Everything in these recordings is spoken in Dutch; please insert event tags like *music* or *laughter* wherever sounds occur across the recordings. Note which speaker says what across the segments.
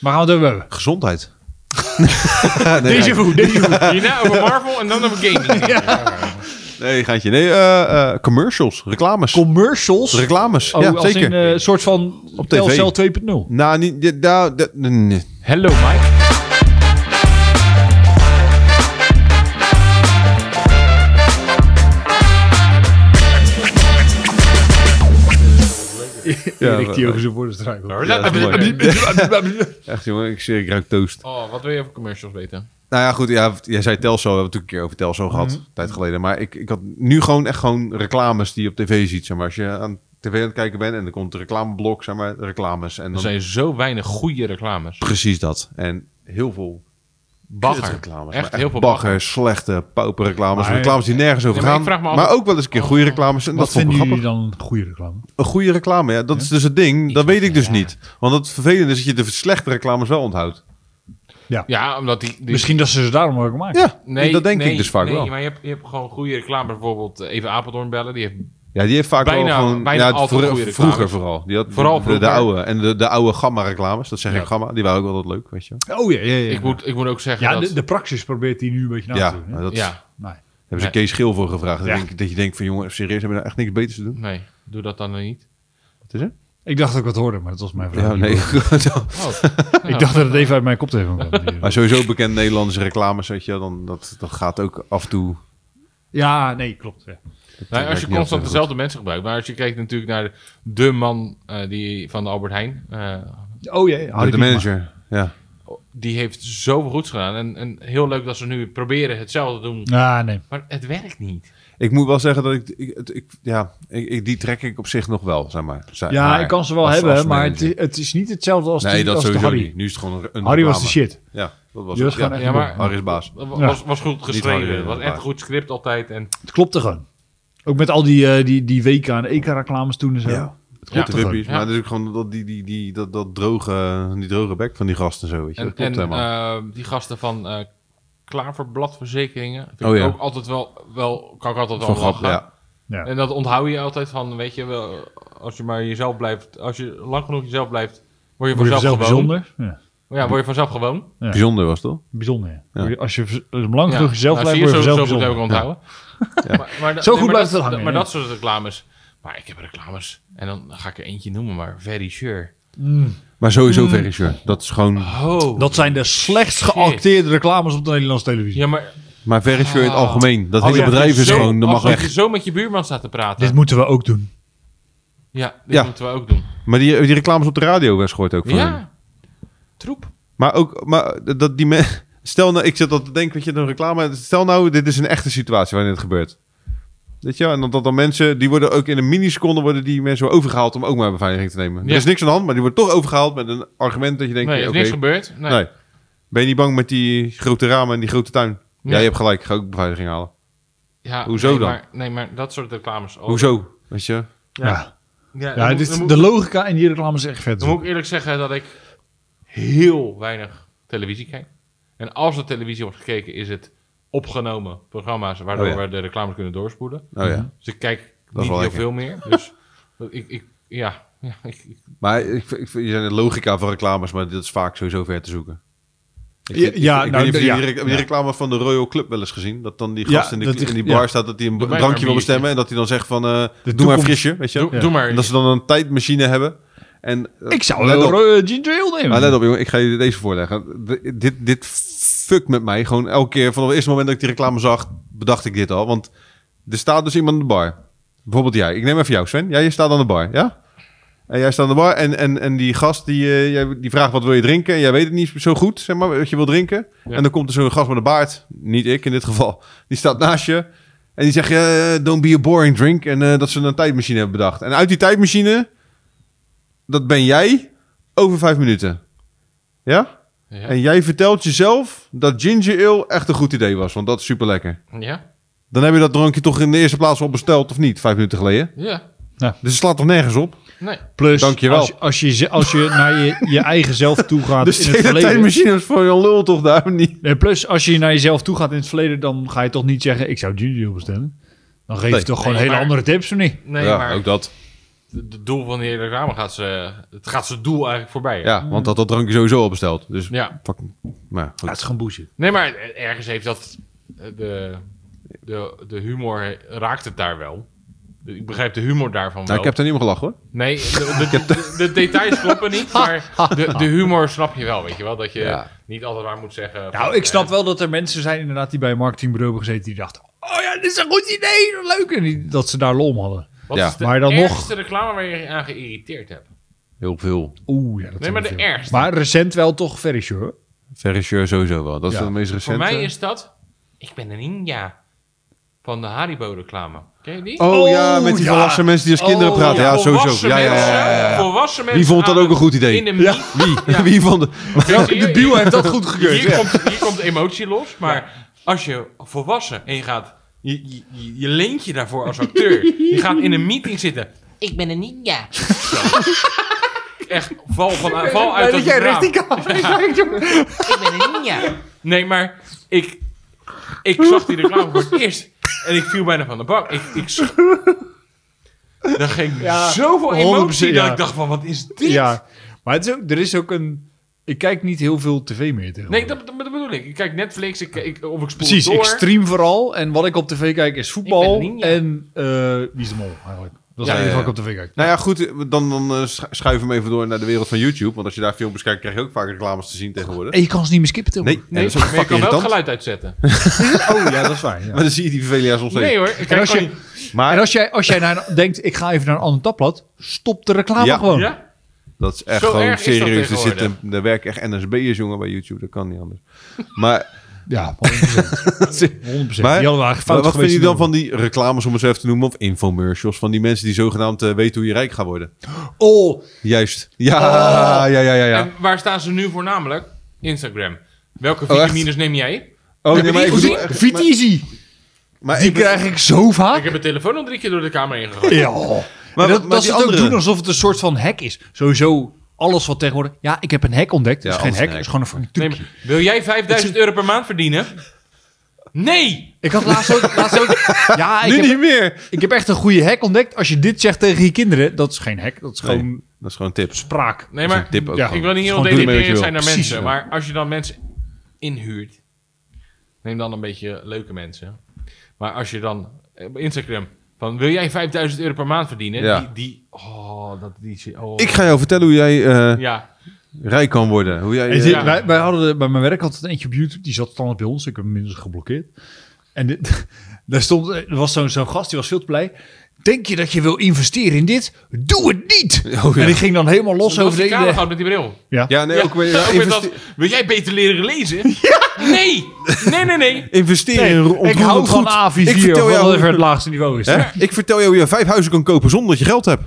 Speaker 1: Waar gaan we het over hebben?
Speaker 2: Gezondheid.
Speaker 1: Deze voet, deze voet.
Speaker 2: *laughs*
Speaker 1: Hierna over Marvel en dan over gaming.
Speaker 2: Nee, gaatje. Nee, eh, eh, commercials. Reclames.
Speaker 1: Commercials?
Speaker 2: reclames.
Speaker 1: Oh,
Speaker 2: ja,
Speaker 1: als
Speaker 2: zeker.
Speaker 1: een eh, soort van
Speaker 2: Op tv.
Speaker 1: Telcel 2.0.
Speaker 2: Nou, niet... ja, daar- dat- nee.
Speaker 1: Hello Mike.
Speaker 2: Ja,
Speaker 1: Erik die over zijn woorden struikelt.
Speaker 2: eh, Ja, dat is mooi. Echt, jongen. Ik, ik ruik toast.
Speaker 3: Oh, wat wil je over commercials weten?
Speaker 2: Nou ja, goed. Ja, jij zei Telso. We hebben het natuurlijk een keer over Telso
Speaker 1: Mhm.
Speaker 2: gehad. Een tijd geleden. Maar ik, ik had nu gewoon echt gewoon reclames die je op tv ziet. Zeg maar. Als je aan tv aan het kijken bent en er komt een reclameblok, zeg maar, reclames. En
Speaker 3: Er
Speaker 2: dan
Speaker 3: zijn zo weinig goede reclames.
Speaker 2: precies dat. En heel veel
Speaker 3: Bagger.
Speaker 2: reclames.
Speaker 3: Echt heel veel
Speaker 2: bagger, slechte, pauperreclames.
Speaker 1: Maar-
Speaker 2: reclames die nergens over
Speaker 3: maar
Speaker 2: gaan.
Speaker 3: ik vraag me af- Oh.
Speaker 2: maar ook wel eens een keer goede reclames. En
Speaker 1: Wat
Speaker 2: dat vond ik
Speaker 1: vinden
Speaker 2: grappig.
Speaker 1: jullie dan een goede reclame?
Speaker 2: Een goede reclame, ja. Dat is dus het ding. Dat weet ik dus niet. Want het vervelende is dat je de slechte reclames wel onthoudt.
Speaker 3: Ja, omdat die... die-
Speaker 1: Misschien dat ze ze daarom ook maken.
Speaker 2: Ja, dat denk ik dus vaak
Speaker 3: nee,
Speaker 2: wel.
Speaker 3: maar je hebt, je hebt gewoon goede reclames. Bijvoorbeeld eh, even Apeldoorn bellen. Die heeft
Speaker 2: Ja, die heeft vaak
Speaker 3: Bijna-
Speaker 2: wel gewoon...
Speaker 3: bijna
Speaker 2: ja,
Speaker 3: altijd
Speaker 2: vroeger-
Speaker 3: goede reclames.
Speaker 2: Vroeger vooral. Die had
Speaker 3: Vooral
Speaker 2: de- De,
Speaker 3: vroeger.
Speaker 2: oude. En de, de oude Gamma-reclames. Dat zeg
Speaker 3: Ja.
Speaker 2: ik Gamma. Die waren ook altijd leuk, weet je wel.
Speaker 1: Oh ja, ja, ja.
Speaker 3: Ik, moet, ik moet ook zeggen
Speaker 1: ja
Speaker 3: dat...
Speaker 1: de, de praxis probeert die nu een beetje na
Speaker 2: Ja,
Speaker 1: te doen.
Speaker 2: maar
Speaker 1: hè?
Speaker 2: dat
Speaker 3: ja,
Speaker 1: Nee.
Speaker 2: hebben
Speaker 3: Nee.
Speaker 2: ze Kees Geel voor gevraagd.
Speaker 1: Ja.
Speaker 2: Dat, denk, ik- dat je denkt van, jongen, serieus, hebben we nou echt niks beters te doen?
Speaker 3: nee, doe dat dan niet.
Speaker 2: Wat is er?
Speaker 1: Ik dacht dat ik wat hoorde, maar dat was mijn vraag.
Speaker 2: Ja, nee. *laughs*
Speaker 3: Oh,
Speaker 1: Ik dacht dat het even uit mijn koptelefoon kwam.
Speaker 2: maar sowieso bekend Nederlandse reclames, weet je wel. Dan, dat, dat gaat ook af en toe...
Speaker 1: Ja, nee, klopt. Ja.
Speaker 2: *laughs*
Speaker 3: Nou,
Speaker 2: werkt
Speaker 3: als je
Speaker 2: niet altijd
Speaker 3: constant
Speaker 2: goed.
Speaker 3: dezelfde mensen gebruikt. Maar als je kijkt natuurlijk naar de man eh, die, van de Albert Heijn. eh,
Speaker 1: Oh jee, Harry
Speaker 2: de
Speaker 1: Piekema.
Speaker 2: manager, ja.
Speaker 3: die heeft zoveel goeds gedaan. En, en heel leuk dat ze nu proberen hetzelfde te doen.
Speaker 1: Ah, nee.
Speaker 3: Maar het werkt niet.
Speaker 2: Ik moet wel zeggen dat ik, ik, het- ik- ja, ik, ik- die trek ik op zich nog wel, zeg maar. Zij-
Speaker 1: Ja,
Speaker 2: haar
Speaker 1: ik kan ze wel
Speaker 2: als-
Speaker 1: hebben,
Speaker 2: als
Speaker 1: maar het,
Speaker 2: manager.
Speaker 1: het is niet hetzelfde als,
Speaker 2: nee,
Speaker 1: die,
Speaker 2: dat
Speaker 1: als de
Speaker 2: sowieso
Speaker 1: Harry.
Speaker 2: niet. Nu is het gewoon een, een
Speaker 1: Harry was de
Speaker 2: reclame.
Speaker 1: shit.
Speaker 2: Ja, dat was
Speaker 1: Die was
Speaker 2: het.
Speaker 1: gewoon
Speaker 2: Ja.
Speaker 1: echt
Speaker 3: Ja,
Speaker 1: een
Speaker 3: maar-
Speaker 1: dom.
Speaker 2: Harry is baas.
Speaker 3: Was,
Speaker 1: Ja.
Speaker 3: was, was goed
Speaker 2: Harry,
Speaker 3: geschreven.
Speaker 2: eh,
Speaker 3: was echt
Speaker 2: maar-
Speaker 3: goed script altijd. En
Speaker 1: Het klopte gewoon. Ook met al die, eh, die, die WK en EK-reclames toen en zo.
Speaker 2: Ja.
Speaker 1: Het
Speaker 2: Ja,
Speaker 1: klopte
Speaker 2: de
Speaker 1: gewoon.
Speaker 2: wippies,
Speaker 3: Ja.
Speaker 2: maar natuurlijk gewoon dat, die, die, die, dat, dat droge, die droge bek van die gasten zo, weet je.
Speaker 3: En,
Speaker 2: dat klopt
Speaker 3: en
Speaker 2: helemaal.
Speaker 3: eh, die gasten van eh Klaverbladverzekeringen. Vind
Speaker 2: Oh
Speaker 3: ik
Speaker 2: ja.
Speaker 3: ook altijd wel, wel. Kan ik altijd wel
Speaker 2: Van grap,
Speaker 3: lachen.
Speaker 2: ja.
Speaker 1: Ja.
Speaker 3: En dat onthoud je altijd van. Weet je wel. Als je maar jezelf blijft. Als je lang genoeg jezelf blijft. Word je
Speaker 1: Word je
Speaker 3: vanzelf
Speaker 1: vanzelf
Speaker 3: gewoon.
Speaker 1: bijzonder? Ja,
Speaker 3: Ja, word je vanzelf gewoon.
Speaker 1: Ja.
Speaker 2: Bijzonder was het, toch?
Speaker 1: bijzonder. ja.
Speaker 2: Ja.
Speaker 1: Word je- Als je vers- als je lang genoeg
Speaker 3: Ja.
Speaker 1: jezelf
Speaker 3: Nou,
Speaker 1: blijft,
Speaker 3: zie
Speaker 1: word
Speaker 3: je,
Speaker 1: je
Speaker 3: zo,
Speaker 1: vanzelf
Speaker 3: zo goed heb ik
Speaker 1: bijzonder.
Speaker 3: onthouden. Maar, maar, da-
Speaker 1: Zo goed
Speaker 3: maar
Speaker 1: blijft
Speaker 3: dat,
Speaker 1: het hangen,
Speaker 3: Maar
Speaker 1: ja.
Speaker 3: dat soort reclames. Maar ik heb reclames. En dan ga ik er eentje noemen, maar Very Sure.
Speaker 1: Mm.
Speaker 2: Maar sowieso
Speaker 3: Hmm.
Speaker 2: mm. Dat is gewoon...
Speaker 3: Oh.
Speaker 1: Dat zijn de slechtst geacteerde reclames op de Nederlandse televisie.
Speaker 3: Ja, maar
Speaker 2: Maar Verisure in het
Speaker 3: Ah.
Speaker 2: algemeen. Dat
Speaker 1: Als
Speaker 2: hele
Speaker 1: je
Speaker 2: bedrijf is
Speaker 3: Oh zo-
Speaker 2: gewoon... Dat
Speaker 3: als
Speaker 2: mag
Speaker 3: je
Speaker 2: echt.
Speaker 3: zo met je buurman staat te praten.
Speaker 1: Dit moeten we ook doen.
Speaker 3: ja, dit
Speaker 2: Ja.
Speaker 3: moeten we ook doen.
Speaker 2: Maar die, die reclames op de radio werd gehoord ook van hen.
Speaker 3: Ja. Troep.
Speaker 2: Maar ook, maar dat die men, *laughs* stel nou, ik zit al te denken, weet je, een reclame. Stel nou, dit is een echte situatie waarin dit gebeurt. Weet je, wel? en dat, dat dan mensen, die worden ook in een miniseconde worden die mensen wel overgehaald om ook maar een beveiliging te nemen.
Speaker 3: Ja.
Speaker 2: Er is niks aan de hand, maar die wordt toch overgehaald met een argument dat je denkt,
Speaker 3: nee, er
Speaker 2: oké,
Speaker 3: is niks gebeurd. Nee.
Speaker 2: nee. ben je niet bang met die grote ramen en die grote tuin? Ja,
Speaker 3: Nee.
Speaker 2: je hebt gelijk, ik ga ook beveiliging halen.
Speaker 3: Oh. Ja,
Speaker 2: Hoezo
Speaker 3: nee,
Speaker 2: dan?
Speaker 3: Maar, nee, maar dat soort reclames. Oh.
Speaker 2: Hoezo? Weet je?
Speaker 1: Ja, ja.
Speaker 3: Ja, dan moet-
Speaker 1: dit-
Speaker 3: dan moet-
Speaker 1: de logica in die reclames is echt vet.
Speaker 3: Dan moet ik eerlijk zeggen dat ik heel weinig televisie kijk. En als er televisie wordt gekeken, is het opgenomen programma's waardoor
Speaker 2: Oh ja.
Speaker 3: we de reclames kunnen doorspoelen.
Speaker 2: Nou ja.
Speaker 3: Dus ik kijk
Speaker 2: wel
Speaker 3: niet heel
Speaker 2: lekker.
Speaker 3: veel meer. Dus *laughs* dat ik, ik, ja, ja ik, ik-
Speaker 2: Maar ik, vind- ik, vind- je zijn de logica van reclames, maar dat is vaak sowieso ver te zoeken. Ik
Speaker 1: Ja,
Speaker 2: vind- ik-
Speaker 1: ja,
Speaker 2: ik
Speaker 1: nou,
Speaker 2: weet niet of
Speaker 1: ja.
Speaker 2: je die, rec- die
Speaker 1: Ja.
Speaker 2: reclame van de Royal Club wel eens gezien. Dat dan die
Speaker 1: Ja,
Speaker 2: gast in, de,
Speaker 1: dat die-
Speaker 2: in die bar
Speaker 1: ja.
Speaker 2: staat dat hij een,
Speaker 3: Doe
Speaker 2: een
Speaker 3: mij maar
Speaker 2: drankje
Speaker 3: een
Speaker 2: wil
Speaker 3: biertje.
Speaker 2: bestemmen. En dat hij dan zegt van, eh, doe maar
Speaker 1: toekomst.
Speaker 2: een frisje, weet je.
Speaker 3: doe,
Speaker 2: wel.
Speaker 3: doe maar.
Speaker 2: En dat ze dan een tijdmachine hebben. En, eh,
Speaker 1: Ik zou
Speaker 2: let
Speaker 1: wel
Speaker 2: op.
Speaker 1: eh, ginger ale nemen.
Speaker 2: Maar let op jongen, ik ga je deze voorleggen. D- dit, dit fuckt met mij gewoon elke keer. Vanaf het eerste moment dat ik die reclame zag, bedacht ik dit al. Want er staat dus iemand aan de bar. Bijvoorbeeld jij. Ik neem even jou, Sven. Jij staat aan de bar, ja? En jij staat aan de bar en, en, en die gast die, eh, jij- die vraagt wat wil je drinken. En jij weet het niet zo goed, zeg maar, wat je wil drinken.
Speaker 3: Ja.
Speaker 2: En dan komt er zo'n gast met een baard. Niet ik in dit geval. Die staat naast je. En die zegt, eh, don't be a boring drink. En eh, dat ze een tijdmachine hebben bedacht. En uit die tijdmachine, dat ben jij over vijf minuten. Ja?
Speaker 3: Ja.
Speaker 2: En jij vertelt jezelf dat ginger ale echt een goed idee was. Want dat is super lekker.
Speaker 3: ja,
Speaker 2: Dan heb je dat drankje toch in de eerste plaats al besteld of niet? Vijf minuten geleden.
Speaker 3: ja,
Speaker 2: Dus het slaat toch nergens op?
Speaker 3: nee.
Speaker 1: Plus,
Speaker 2: Dankjewel.
Speaker 1: Als, je- als, je, ze- als je naar je, je eigen zelf
Speaker 2: *laughs*
Speaker 1: toe gaat
Speaker 2: Dus
Speaker 1: in
Speaker 2: de
Speaker 1: het
Speaker 2: hele
Speaker 1: verleden...
Speaker 2: tijdmachine is voor je lul toch daar niet?
Speaker 1: Nee, plus, als je naar jezelf toe gaat in het verleden, dan ga je toch niet zeggen: Ik zou Ginger Ale bestellen. Dan geef je
Speaker 2: Nee.
Speaker 1: toch gewoon
Speaker 3: Nee,
Speaker 1: hele
Speaker 3: maar-
Speaker 1: andere tips, of niet?
Speaker 3: Nee, maar
Speaker 2: dat.
Speaker 3: het doel van de hele reclame gaat ze, het gaat zijn doel eigenlijk voorbij. hè?
Speaker 2: Ja, want dat dat drankje sowieso al besteld. Dus
Speaker 3: Ja.
Speaker 2: fucking- maar goed.
Speaker 1: Ja, het is gewoon boezem.
Speaker 3: Nee, maar ergens heeft dat. eh, De, de, de humor raakt het daar wel. Ik begrijp de humor daarvan wel.
Speaker 2: Nou, ik heb er niet om gelachen hoor. *laughs*
Speaker 3: Nee, de, de, de- de details kloppen niet, maar de, de humor snap je wel, weet je wel. Dat je
Speaker 2: Ja.
Speaker 3: niet altijd waar moet zeggen.
Speaker 1: Nou,
Speaker 3: van,
Speaker 1: ik snap
Speaker 3: eh,
Speaker 1: wel dat er mensen zijn inderdaad die bij een marketingbureau hebben gezeten die dachten... Oh ja, dit is een goed idee, leuk. En die- dat ze daar lol om hadden.
Speaker 3: Wat
Speaker 2: Ja.
Speaker 3: is de
Speaker 1: Maar dan nog-
Speaker 3: ergste reclame waar je je aan geïrriteerd hebt?
Speaker 2: Heel veel.
Speaker 1: Oeh, ja, dat
Speaker 3: Nee, maar de
Speaker 1: zijn er veel.
Speaker 3: ergste.
Speaker 1: Maar recent wel toch Verisure. hoor.
Speaker 2: Verregisseur sowieso wel. Dat is
Speaker 1: Ja.
Speaker 2: de meest
Speaker 3: Voor
Speaker 2: recente.
Speaker 3: mij is dat... Ik ben een ninja van de Haribo-reclame. Ken je die?
Speaker 2: Oh, ja,
Speaker 1: Oh,
Speaker 2: met die
Speaker 1: ja.
Speaker 2: volwassen mensen die als kinderen
Speaker 1: Oh,
Speaker 2: praten. Ah, Ja, sowieso.
Speaker 3: volwassen
Speaker 2: Ja, ja, ja, ja, ja.
Speaker 3: mensen- Volwassen mensen
Speaker 2: Wie vond dat
Speaker 3: aan
Speaker 2: ook een
Speaker 3: de-
Speaker 2: goed idee?
Speaker 3: In de ja.
Speaker 2: *laughs* Wie? Wie vond het?
Speaker 1: de biel heeft dat goed gekeurd.
Speaker 3: Hier,
Speaker 1: Ja.
Speaker 3: komt, hier komt emotie los, maar als je volwassen en je gaat... Je, je- je, je leent je daarvoor als acteur. Je gaat in een meeting zitten.
Speaker 4: Ik ben een ninja.
Speaker 3: Echt, val,
Speaker 2: *laughs*
Speaker 3: van, val uit dat raam. *laughs*
Speaker 4: Ik ben een ninja.
Speaker 3: Nee, maar ik, ik zag die reclame voor het eerst. En ik viel bijna van de bank. Ik, ik
Speaker 2: *laughs*
Speaker 3: sch- Dan ging zoveel
Speaker 1: 100%,
Speaker 3: emotie
Speaker 1: ja.
Speaker 3: dat ik dacht van, wat is dit?
Speaker 1: Ja, maar het is ook, er is ook een... Ik kijk niet heel veel tv meer tegenwoordig.
Speaker 3: Nee, dat, dat bedoel ik. Ik kijk Netflix, ik, ik, of ik spoel
Speaker 1: Precies,
Speaker 3: door.
Speaker 1: ik stream vooral. En wat ik op tv kijk is
Speaker 3: Ik
Speaker 1: voetbal
Speaker 3: ben ninja.
Speaker 1: en eh wie is de mol eigenlijk. Dat is
Speaker 2: Ja,
Speaker 1: het enige
Speaker 2: ja,
Speaker 1: wat ik op tv kijk.
Speaker 2: Nou ja, goed. Dan, dan eh, schu- schuiven we hem even door naar de wereld van YouTube. Want als je daar filmpjes kijkt, krijg je ook vaak reclames te zien tegenwoordig.
Speaker 1: En je kan ze niet meer skippen, Tim.
Speaker 2: Nee, en
Speaker 3: Nee,
Speaker 2: dat is ook
Speaker 3: maar je
Speaker 2: fucking
Speaker 3: kan wel het
Speaker 2: irritant.
Speaker 3: geluid
Speaker 2: *laughs*
Speaker 3: uitzetten.
Speaker 1: Oh, ja, dat is *laughs* waar. ja.
Speaker 2: Maar dan zie je die vervelende soms
Speaker 3: Nee
Speaker 2: even.
Speaker 3: hoor, ik
Speaker 1: En
Speaker 3: kijk
Speaker 1: als,
Speaker 3: gewoon...
Speaker 1: je, en
Speaker 2: Maar
Speaker 1: als jij, als jij naar, denkt, ik ga even naar een ander tapblad, stop de reclame
Speaker 2: Ja.
Speaker 1: gewoon.
Speaker 3: Ja?
Speaker 2: dat is echt
Speaker 3: Zo
Speaker 2: gewoon
Speaker 3: erg is dat
Speaker 2: serieus. Er,
Speaker 3: tegenwoordig.
Speaker 2: zitten, er werken echt NSB'ers jongen bij YouTube. Dat kan niet anders. Maar,
Speaker 1: *laughs* Ja, 100%. 100%.
Speaker 2: maar,
Speaker 1: die hadden we eigenlijk fout
Speaker 2: maar wat vind
Speaker 1: geweest
Speaker 2: je dan
Speaker 1: te
Speaker 2: van die reclames, om het zo even te noemen, of infomercials? Van die mensen die zogenaamd eh, weten hoe je rijk gaat worden.
Speaker 1: doen. Oh,
Speaker 2: Juist. Ja, ja, ja, ja. ja.
Speaker 3: En waar staan ze nu voornamelijk? Instagram. Welke
Speaker 2: Oh, echt?
Speaker 3: vitamines neem jij?
Speaker 2: Oh,
Speaker 1: heb je die
Speaker 2: bedoel-
Speaker 1: gezien? Vitizi.
Speaker 2: maar
Speaker 1: Die
Speaker 2: ik
Speaker 1: krijg ik zo
Speaker 3: Ik
Speaker 1: vaak.
Speaker 3: heb mijn telefoon al drie keer door de kamer heen gegooid.
Speaker 1: Ja. Maar, dat, dat
Speaker 2: maar die
Speaker 1: ze het ook
Speaker 2: andere?
Speaker 1: doen alsof het een soort van hack is. Sowieso alles wat tegenwoordig... Ja, ik heb een hack ontdekt.
Speaker 2: Ja,
Speaker 1: dat is geen
Speaker 2: alles
Speaker 1: hack, dat
Speaker 2: een
Speaker 1: is
Speaker 2: hack.
Speaker 1: gewoon een fucking
Speaker 3: Nee,
Speaker 1: trucje.
Speaker 3: maar wil jij 5000 euro per maand verdienen? Nee!
Speaker 1: Ik had laatst ook... Laatst ook ja, ik
Speaker 2: Nu
Speaker 1: heb,
Speaker 2: niet meer.
Speaker 1: ik heb echt een goede hack ontdekt. Als je dit zegt tegen je kinderen, dat is geen hack. Dat is gewoon
Speaker 2: Nee, dat is gewoon tips.
Speaker 1: spraak.
Speaker 3: Nee,
Speaker 2: Dat is
Speaker 3: maar
Speaker 2: een tip ook
Speaker 1: Ja.
Speaker 3: ik
Speaker 2: gewoon.
Speaker 3: wil niet heel
Speaker 1: Gewoon doen
Speaker 2: ermee wat je
Speaker 3: deprimerend
Speaker 2: wil.
Speaker 3: zijn naar
Speaker 1: Precies,
Speaker 3: mensen.
Speaker 1: ja.
Speaker 3: Maar als je dan mensen inhuurt, neem dan een beetje leuke mensen. Maar als je dan eh, op Instagram van wil jij 5000 euro per maand verdienen?
Speaker 2: Ja.
Speaker 3: Die, die, oh, dat die, oh.
Speaker 2: Ik ga jou vertellen hoe jij eh,
Speaker 3: ja,
Speaker 2: rijk kan worden. Hoe jij,
Speaker 1: En
Speaker 2: eh,
Speaker 1: dit-
Speaker 3: Ja.
Speaker 1: wij, wij hadden bij mijn werk altijd eentje op YouTube. Die zat standaard bij ons. Ik heb hem inmiddels geblokkeerd. En dit, *laughs* daar stond, er was zo'n zo'n gast, die was veel te blij. Denk je dat je wil investeren in dit? Doe het niet!
Speaker 2: *laughs* Oh, ja.
Speaker 1: En die ging dan helemaal los
Speaker 3: zo
Speaker 1: over de
Speaker 3: die kale
Speaker 1: hele...
Speaker 3: gaat met die bril.
Speaker 1: Ja.
Speaker 2: Ja, nee,
Speaker 3: Ja,
Speaker 2: ook weer
Speaker 3: *laughs* ook
Speaker 2: ja,
Speaker 3: weer
Speaker 2: investe-
Speaker 3: dat, wil jij beter leren
Speaker 2: *laughs*
Speaker 3: lezen? Nee, nee, nee, nee.
Speaker 2: investeren
Speaker 1: Nee,
Speaker 2: in ro-
Speaker 1: ik
Speaker 2: ontroerend
Speaker 1: hou
Speaker 2: goed.
Speaker 1: van A4
Speaker 2: Ik
Speaker 1: of
Speaker 2: vertel
Speaker 1: wat
Speaker 2: jou
Speaker 1: even
Speaker 2: hoe,
Speaker 1: het laagste niveau is.
Speaker 2: hè? Ik vertel jou hoe je vijf huizen kan kopen zonder dat je geld hebt.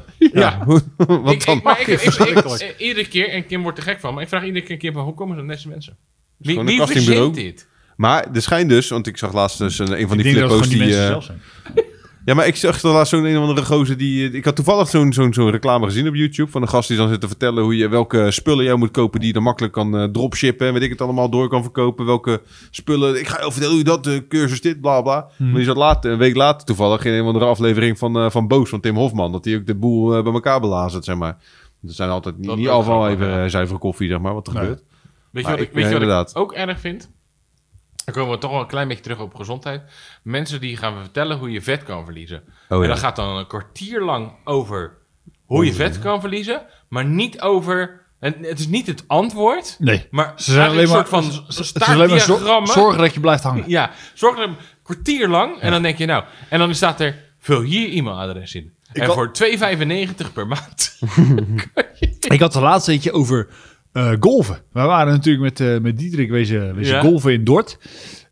Speaker 2: *laughs*
Speaker 3: Ja.
Speaker 2: *laughs* Wat
Speaker 3: ik,
Speaker 2: dan?
Speaker 3: ik, maar ik, ik- ik-
Speaker 1: Verschrikkelijk.
Speaker 3: eh, iedere keer, en Kim wordt er gek van, maar ik vraag iedere keer Kim van, hoe komen ze aan deze mensen? Wie,
Speaker 2: gewoon een
Speaker 3: wie verzint
Speaker 2: castingbureau.
Speaker 3: dit?
Speaker 2: Maar er schijnt dus, want ik zag laatst dus een, een van
Speaker 1: Ik
Speaker 2: die
Speaker 1: denk dat het gewoon
Speaker 2: flippo's
Speaker 1: die
Speaker 2: die...
Speaker 1: mensen
Speaker 2: eh,
Speaker 1: zelf zijn.
Speaker 2: ja, maar ik zag er laatst zo'n een of andere gozer die... eh, Ik had toevallig zo'n zo'n zo'n reclame gezien op YouTube van een gast die dan zit te vertellen hoe je welke spullen jij moet kopen die je dan makkelijk kan eh, dropshippen en weet ik het allemaal door kan verkopen. Welke spullen... Ik ga jou vertellen hoe je dat, de cursus dit, bla bla.
Speaker 1: Hmm.
Speaker 2: Maar die zat later, een week later toevallig in een of andere aflevering van, eh, van Boos, van Tim Hofman. Dat die ook de boel eh, bij elkaar belazert, zeg maar. Dat zijn altijd niet,
Speaker 3: Dat
Speaker 2: niet
Speaker 3: ook
Speaker 2: allemaal
Speaker 3: grappig,
Speaker 2: even
Speaker 3: ja.
Speaker 2: eh, zuivere koffie, zeg maar, wat er
Speaker 1: Nee.
Speaker 2: gebeurt.
Speaker 3: Weet je
Speaker 2: Maar
Speaker 3: wat, ik,
Speaker 2: ik-
Speaker 3: weet
Speaker 2: ja,
Speaker 3: je wat
Speaker 2: inderdaad.
Speaker 3: ik ook erg vind? Dan komen we toch wel een klein beetje terug op gezondheid. Mensen die gaan vertellen hoe je vet kan verliezen.
Speaker 2: ja.
Speaker 1: Oh,
Speaker 3: En dat gaat dan een kwartier lang over hoe je vet kan verliezen, maar niet over. En het is niet het antwoord,
Speaker 1: Nee.
Speaker 3: maar
Speaker 1: Ze zijn alleen
Speaker 3: eigenlijk
Speaker 1: maar,
Speaker 3: een soort
Speaker 1: ze-
Speaker 3: van
Speaker 1: ze zijn alleen maar zor-
Speaker 3: staartdiagrammen.
Speaker 1: zorgen dat je blijft hangen.
Speaker 3: Ja, zorg er een kwartier lang en dan denk je nou. En dan staat er, vul hier je e-mailadres in. en
Speaker 1: kan-
Speaker 3: voor 2,95 per maand. *laughs*
Speaker 1: Ik had de laatste eentje over eh, golven. We waren natuurlijk met, eh met Diederik wezen, wezen
Speaker 3: Ja.
Speaker 1: golven in Dort.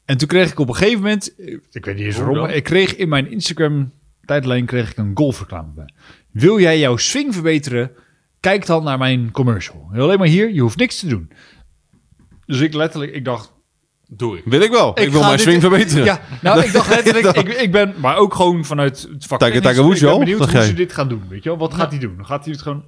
Speaker 1: En toen kreeg ik op een gegeven moment, eh, ik weet niet eens waarom,
Speaker 3: dan?
Speaker 1: maar ik kreeg in mijn Instagram tijdlijn kreeg ik een golfreclame bij. Wil jij jouw swing verbeteren? Kijk dan naar mijn commercial. Alleen maar hier, je hoeft niks te doen. Dus ik letterlijk, ik dacht,
Speaker 3: Doe ik.
Speaker 2: Wil ik wel. Ik, wil
Speaker 1: ga
Speaker 2: mijn
Speaker 1: dit-
Speaker 2: swing verbeteren.
Speaker 1: Ja, nou, ik dacht
Speaker 2: *laughs*
Speaker 1: letterlijk, ik, ik ben, maar ook gewoon vanuit het vak.
Speaker 2: Taka,
Speaker 1: tennis,
Speaker 2: taka, woes,
Speaker 1: ik ben
Speaker 2: joh.
Speaker 1: benieuwd
Speaker 2: Dat
Speaker 1: hoe
Speaker 2: ga
Speaker 1: ze
Speaker 2: je.
Speaker 1: dit gaan doen, weet je wel. Wat gaat hij doen? Dan Gaat hij het gewoon... En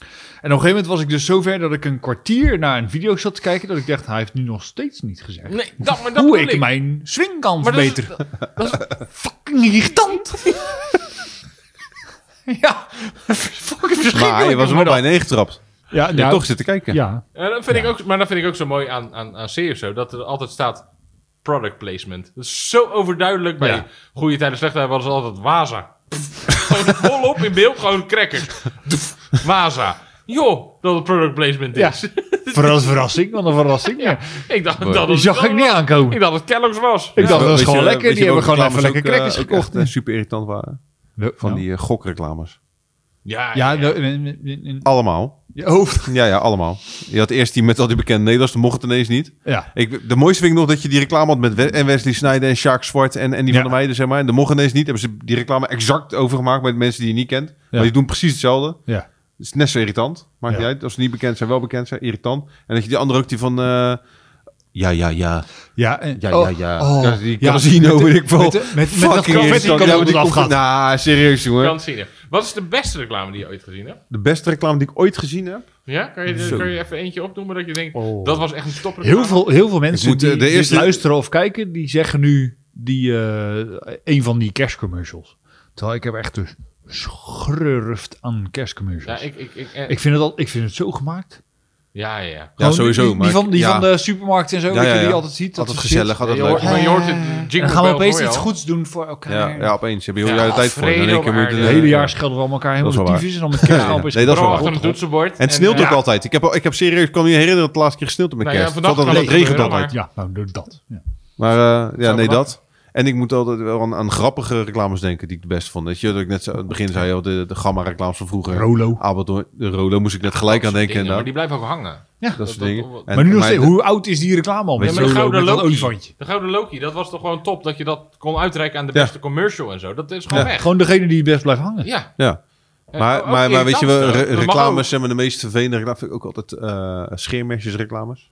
Speaker 1: op een gegeven moment was ik dus zover dat ik een kwartier naar een video zat te kijken... dat ik dacht, hij heeft nu nog steeds niet gezegd
Speaker 3: Nee, dat, maar dat
Speaker 1: hoe
Speaker 3: bedoel
Speaker 1: ik, mijn swing kan *laughs*
Speaker 3: Maar dat is-
Speaker 1: verbeteren. Dat is, fucking irritant. *laughs* ja, fucking verschrikkelijk.
Speaker 2: Maar je was hem
Speaker 1: maar
Speaker 2: al
Speaker 1: dan-
Speaker 2: bijna ingetrapt.
Speaker 1: Ja,
Speaker 2: Je
Speaker 1: ja,
Speaker 2: toch zitten kijken.
Speaker 1: Ja,
Speaker 3: Ja, dat vind ik ook, maar dat vind ik ook zo mooi aan, aan, aan Seer zo. Dat er altijd staat product placement. Dat is zo overduidelijk. Bij
Speaker 1: Ja.
Speaker 3: goede tijden, slechte tijden hadden ze altijd Waza. *laughs* gewoon volop in beeld, gewoon crackers. Doef, Waza. Joh, dat het product
Speaker 1: *laughs*
Speaker 3: placement
Speaker 1: ja.
Speaker 3: is. *laughs*
Speaker 1: Vooral als verrassing, want een verrassing. Ja.
Speaker 3: Ik dacht dat
Speaker 1: Die
Speaker 3: het-
Speaker 1: zag ik niet aankomen.
Speaker 3: Ik dacht dat het Kellogg's was.
Speaker 1: Ik dacht, dat
Speaker 2: Weet
Speaker 1: is
Speaker 2: je-
Speaker 1: gewoon
Speaker 2: weet
Speaker 1: lekker.
Speaker 2: je
Speaker 1: Die hebben
Speaker 2: welke
Speaker 1: gewoon even
Speaker 2: reclames
Speaker 1: lekker
Speaker 2: ook, eh,
Speaker 1: crackers
Speaker 2: ook
Speaker 1: gekocht.
Speaker 2: echt, eh, super irritant waren. Van
Speaker 1: Nou.
Speaker 2: die eh, gokreclames.
Speaker 3: Ja,
Speaker 1: Ja,
Speaker 3: Ah,
Speaker 1: nou,
Speaker 3: ja,
Speaker 1: de- in- in- in- in-
Speaker 2: Allemaal.
Speaker 1: je hoofd. *laughs*
Speaker 2: Ja, ja, allemaal. Je had eerst die met al die bekende Nederlanders, die mocht het ineens niet.
Speaker 1: Ja.
Speaker 2: Ik, de mooiste vind ik nog dat je die reclame had met We- en Wesley Snijder en Sjaak Zwart en, en die
Speaker 1: Ja.
Speaker 2: van de meiden, zeg maar. En de mocht ineens niet. Hebben ze die reclame exact overgemaakt met mensen die je niet kent. Maar die doen precies hetzelfde.
Speaker 1: Ja.
Speaker 2: Het is net zo irritant. Maakt
Speaker 1: Ja.
Speaker 2: niet uit. Als ze niet bekend zijn, wel bekend zijn. Irritant. En dat je die andere ook die van... eh, ja, ja, ja.
Speaker 1: Ja, en-
Speaker 2: Ja,
Speaker 1: oh,
Speaker 2: ja, ja.
Speaker 1: oh.
Speaker 2: Ja, die
Speaker 1: Ja,
Speaker 2: casino,
Speaker 1: met de-
Speaker 2: weet ik veel.
Speaker 1: met de- met- met dat
Speaker 2: Fucking
Speaker 1: confetti
Speaker 2: irritant.
Speaker 1: kan
Speaker 2: Ja,
Speaker 1: er
Speaker 2: maar die
Speaker 1: goed
Speaker 2: komt-
Speaker 1: afgaan.
Speaker 2: Nou, serieus, jongen.
Speaker 3: kan zien. Wat is de beste reclame die je ooit gezien hebt?
Speaker 2: De beste reclame die ik ooit gezien heb.
Speaker 3: Ja, kan je,
Speaker 2: Zo.
Speaker 3: kan je even eentje opnoemen dat je denkt,
Speaker 1: Oh.
Speaker 3: dat was echt een topreclame?
Speaker 1: Heel veel, heel veel mensen
Speaker 2: Ik moet, eh,
Speaker 1: die
Speaker 2: de
Speaker 1: dit
Speaker 2: eerste-
Speaker 1: luisteren of kijken, die zeggen nu die, eh, een van die kerstcommercials. Terwijl ik heb echt dus schrurft aan
Speaker 3: Ja,
Speaker 1: kerstcommercials. ik,
Speaker 3: ik, ik, ik, eh,
Speaker 1: vind het al, ik vind het zo gemaakt.
Speaker 3: ja, ja, ja.
Speaker 2: Ja,
Speaker 1: Gewoon
Speaker 2: sowieso.
Speaker 1: Die, die
Speaker 2: maar
Speaker 1: van, die
Speaker 2: ja,
Speaker 1: van de supermarkt en zo,
Speaker 2: Ja,
Speaker 1: weet je,
Speaker 2: ja, ja.
Speaker 1: die je altijd ziet. Dat
Speaker 2: Altijd
Speaker 1: ze shit-
Speaker 2: gezellig, altijd
Speaker 3: Je
Speaker 2: leuk.
Speaker 3: hoort, maar je hoort het jingle
Speaker 1: Dan gaan we
Speaker 3: bell
Speaker 1: opeens
Speaker 3: Royal.
Speaker 1: iets goeds doen voor elkaar.
Speaker 2: Ja, ja, opeens. Heb je heel
Speaker 3: Ja,
Speaker 2: de hele tijd voor. En in één keer moet je-
Speaker 3: vrede op
Speaker 1: Het
Speaker 3: aarde.
Speaker 1: hele jaar schelden we allemaal elkaar
Speaker 2: Dat
Speaker 1: helemaal
Speaker 2: is wel
Speaker 1: de tyfus. En dan met kerst
Speaker 2: Ja.
Speaker 1: dan opeens...
Speaker 2: Nee, dat is wel
Speaker 3: Vooral
Speaker 2: waar.
Speaker 3: achter een toetsenbord.
Speaker 2: En het sneeuwt
Speaker 3: eh,
Speaker 2: ook
Speaker 3: ja.
Speaker 2: altijd. Ik heb, al- ik heb serieus, ik kan me niet herinneren dat het laatste keer gesneeuwd heb met
Speaker 3: Nou ja,
Speaker 2: kerst.
Speaker 3: vannacht
Speaker 2: Tot dat
Speaker 3: kan
Speaker 2: het
Speaker 3: het
Speaker 2: regent
Speaker 3: gebeuren,
Speaker 2: altijd.
Speaker 1: Ja, nou, doe dat. Ja.
Speaker 2: Maar eh, ja,
Speaker 3: Zou
Speaker 2: nee,
Speaker 3: wel.
Speaker 2: dat. En ik moet altijd wel aan, aan grappige reclames denken die ik het beste vond. Weet je, dat ik net zo, aan het begin zei, joh, de, de gamma-reclames van vroeger.
Speaker 1: Rolo.
Speaker 2: Abador, de Rolo moest ik net gelijk aan
Speaker 3: Dingen,
Speaker 2: denken.
Speaker 3: maar
Speaker 2: nou,
Speaker 3: die blijven ook hangen.
Speaker 2: dat soort dingen.
Speaker 3: dat-
Speaker 2: En-
Speaker 1: maar nu nog
Speaker 2: maar
Speaker 1: steeds,
Speaker 2: de-
Speaker 1: hoe oud is die reclame al?
Speaker 2: Weet
Speaker 1: Met
Speaker 3: je, maar de
Speaker 1: zo'n
Speaker 3: gouden
Speaker 1: met dat
Speaker 3: Loki.
Speaker 1: olifantje.
Speaker 3: De Gouden Loki, dat was toch gewoon top dat je dat kon uitreiken aan de
Speaker 2: Ja.
Speaker 3: beste commercial en zo. Dat is gewoon
Speaker 2: Ja.
Speaker 3: weg.
Speaker 1: Gewoon degene die het best blijft hangen.
Speaker 3: Ja.
Speaker 2: Ja.
Speaker 3: Eh,
Speaker 2: Maar,
Speaker 3: ook
Speaker 2: maar, maar weet je wel,
Speaker 3: irritant,
Speaker 2: re-
Speaker 3: eh, dat mag
Speaker 2: reclames
Speaker 3: ook.
Speaker 2: zijn maar de meest vervelende reclames. Vind ik ook altijd eh scheermesjesreclames.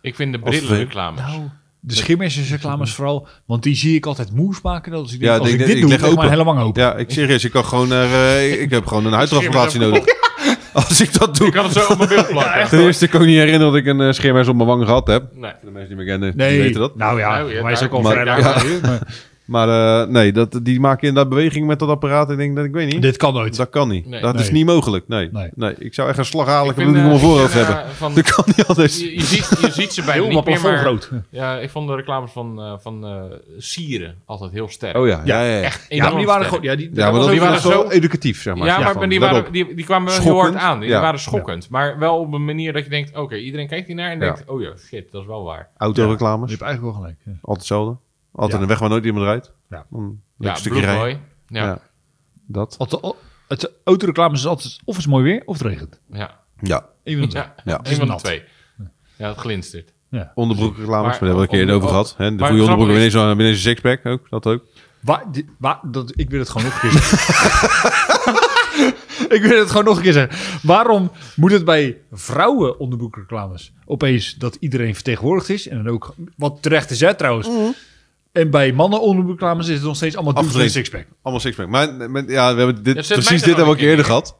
Speaker 3: Ik vind de
Speaker 2: Als
Speaker 3: brille
Speaker 2: we-
Speaker 3: reclames.
Speaker 1: Nou, de schimmersreclames vooral, want die zie ik altijd moes maken. Dat als ik, denk,
Speaker 2: Ja,
Speaker 1: als
Speaker 2: ik
Speaker 1: ik
Speaker 2: denk-
Speaker 1: dit
Speaker 2: ik
Speaker 1: doe,
Speaker 2: leg
Speaker 1: leg ik
Speaker 2: open.
Speaker 1: mijn helemaal open.
Speaker 2: Ja, ik serieus, ik kan gewoon, naar, eh, ik- ik heb
Speaker 3: *laughs*
Speaker 2: gewoon een huidtransplantatie
Speaker 3: Scheermes
Speaker 2: nodig.
Speaker 3: *laughs*
Speaker 2: Als ik dat
Speaker 3: Ik
Speaker 2: doe.
Speaker 3: had het zo op mijn
Speaker 2: *laughs*
Speaker 3: beeld plakken.
Speaker 2: Ten eerste kan ik niet herinneren dat ik een eh, scheermes op mijn wang gehad heb.
Speaker 3: Nee.
Speaker 2: Voor de mensen die me kennen,
Speaker 1: Nee,
Speaker 2: die weten dat.
Speaker 1: nou ja,
Speaker 3: Nou ja,
Speaker 1: wij is
Speaker 3: daar-
Speaker 1: ook al
Speaker 2: maar-
Speaker 1: vrijdag.
Speaker 2: ja.
Speaker 3: *laughs*
Speaker 1: maar- maar
Speaker 2: Maar eh, nee, dat, die maken inderdaad beweging met dat apparaat. Ik denk dat ik weet niet.
Speaker 1: Dit kan nooit.
Speaker 2: Dat kan niet.
Speaker 3: Nee.
Speaker 2: Dat is
Speaker 1: Nee.
Speaker 2: niet mogelijk. Nee.
Speaker 1: Nee.
Speaker 2: nee. Ik zou echt een slaghalen
Speaker 3: Ik
Speaker 2: bloeding
Speaker 3: eh,
Speaker 2: om mijn
Speaker 3: ik
Speaker 2: voorhoofd
Speaker 3: vind, eh,
Speaker 2: hebben. *laughs*
Speaker 3: van-
Speaker 2: Dat kan niet anders.
Speaker 3: je, je ziet, je ziet ze bijna
Speaker 1: Heel
Speaker 3: niet meer,
Speaker 1: plafond
Speaker 3: maar...
Speaker 1: groot.
Speaker 3: Ja, ik vond de reclames van, eh, van eh, Sieren altijd heel sterk.
Speaker 2: Oh ja. Ja, ja, ja.
Speaker 3: Echt
Speaker 1: Ja, maar die waren
Speaker 3: goed.
Speaker 1: gewoon... Ja, die,
Speaker 2: Ja, maar dat
Speaker 3: Die
Speaker 2: die
Speaker 3: waren
Speaker 2: waren zo
Speaker 3: zo-
Speaker 2: educatief, zeg maar.
Speaker 3: Ja, maar,
Speaker 2: van,
Speaker 3: die,
Speaker 2: let
Speaker 3: waren,
Speaker 2: op.
Speaker 3: die, die kwamen heel
Speaker 2: Schokkend.
Speaker 3: hard aan. Die
Speaker 2: Ja.
Speaker 3: waren schokkend. Maar wel op een manier dat je denkt... Oké, iedereen kijkt hiernaar en
Speaker 2: Ja.
Speaker 3: denkt... Oh ja, shit, dat is wel waar.
Speaker 1: Je
Speaker 2: Autoreclames.
Speaker 1: hebt eigenlijk wel gelijk. ja.
Speaker 2: Altijd hetzelfde. Altijd
Speaker 1: Ja.
Speaker 2: een weg waar nooit iemand rijdt.
Speaker 1: Ja.
Speaker 2: Dan een
Speaker 3: Ja,
Speaker 2: lekker stukje rijden.
Speaker 3: Bloedboy. Ja, ja.
Speaker 2: Ja. Dat.
Speaker 1: Want de- Het autoreclame is altijd of het is mooi weer of het regent.
Speaker 3: ja.
Speaker 2: Ja.
Speaker 1: Eén van de twee. Het
Speaker 3: Een
Speaker 1: is
Speaker 3: van de
Speaker 1: nat.
Speaker 3: twee. Ja, het glinstert.
Speaker 1: Ja.
Speaker 2: Onderbroekreclames, maar
Speaker 3: Maar-
Speaker 2: daar hebben we een keer
Speaker 3: onder-
Speaker 2: over gehad. hè. De
Speaker 3: maar
Speaker 2: goede
Speaker 3: het
Speaker 2: onderbroek,
Speaker 3: grappige
Speaker 2: ineens een ineens een sixpack ook. Dat ook.
Speaker 1: Waar, dit- waar, dat, ik wil het gewoon nog een keer zeggen. *laughs* ik wil het gewoon nog een keer zeggen. Waarom moet het bij vrouwen onderbroekreclames opeens dat iedereen vertegenwoordigd is? En dan ook, wat terecht is hè trouwens.
Speaker 3: Mhm.
Speaker 1: En bij mannen onderbroekreclames is het nog steeds allemaal dudes met
Speaker 2: Afgeleid.
Speaker 1: sixpack.
Speaker 2: Allemaal sixpack. Maar maar, ja, we hebben dit,
Speaker 3: zet mij
Speaker 2: precies
Speaker 3: er
Speaker 2: dit
Speaker 3: dan
Speaker 2: hebben we ook
Speaker 3: een
Speaker 2: eerder
Speaker 3: keer Oh,
Speaker 2: gehad.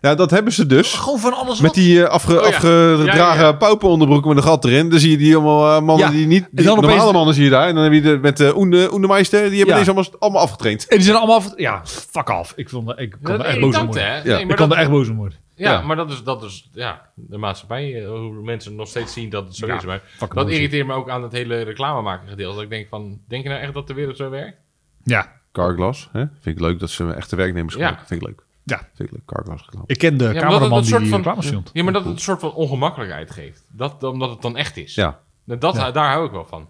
Speaker 2: Ja, dat hebben ze dus.
Speaker 1: Gewoon van alles
Speaker 2: Met
Speaker 1: wat.
Speaker 2: die eh, afge-
Speaker 3: ja.
Speaker 2: afgedragen
Speaker 3: Ja, ja, ja.
Speaker 2: pauperonderbroeken met een gat erin. Dan zie je die allemaal eh, mannen
Speaker 1: Ja.
Speaker 2: die niet...
Speaker 1: En
Speaker 2: Die
Speaker 1: dan
Speaker 2: normale
Speaker 1: opeens-
Speaker 2: mannen zie je daar. En dan heb je de, met de Oende, Oendemeister. Die hebben
Speaker 1: Ja.
Speaker 2: ineens allemaal, allemaal afgetraind.
Speaker 1: En die zijn allemaal... van- Ja, fuck af. Ik, vond, er- ik kan
Speaker 3: Dat
Speaker 1: er
Speaker 3: is
Speaker 1: echt boos om
Speaker 3: irritant, hè?
Speaker 1: worden.
Speaker 3: Nee,
Speaker 2: Ja.
Speaker 3: maar
Speaker 1: Ik kan er
Speaker 3: dat-
Speaker 1: echt boos om worden.
Speaker 3: Ja,
Speaker 2: Ja.
Speaker 3: maar dat is, dat is ja, de maatschappij, eh, hoe mensen nog steeds zien dat het zo
Speaker 1: Ja,
Speaker 3: is. Maar
Speaker 1: fucking
Speaker 3: dat
Speaker 1: bullshit.
Speaker 3: irriteert me ook aan het hele reclamemaken gedeelte. Dat ik denk van, denk je nou echt dat de wereld zo werkt?
Speaker 1: Ja,
Speaker 2: Carglass. Hè? Vind ik leuk dat ze echte werknemers
Speaker 3: Ja.
Speaker 2: gebruiken. Vind ik leuk.
Speaker 1: Ja.
Speaker 2: Vind ik leuk. Carglass reclame.
Speaker 1: ik ken de
Speaker 3: maar dat het
Speaker 1: cameraman
Speaker 3: een
Speaker 1: die
Speaker 3: soort
Speaker 1: die
Speaker 3: van-
Speaker 1: reclames filmt.
Speaker 3: Ja, maar dat het een soort van ongemakkelijkheid geeft. Dat, omdat het dan echt is.
Speaker 2: Ja.
Speaker 3: Nou, Dat,
Speaker 1: Ja.
Speaker 3: Daar hou ik wel van.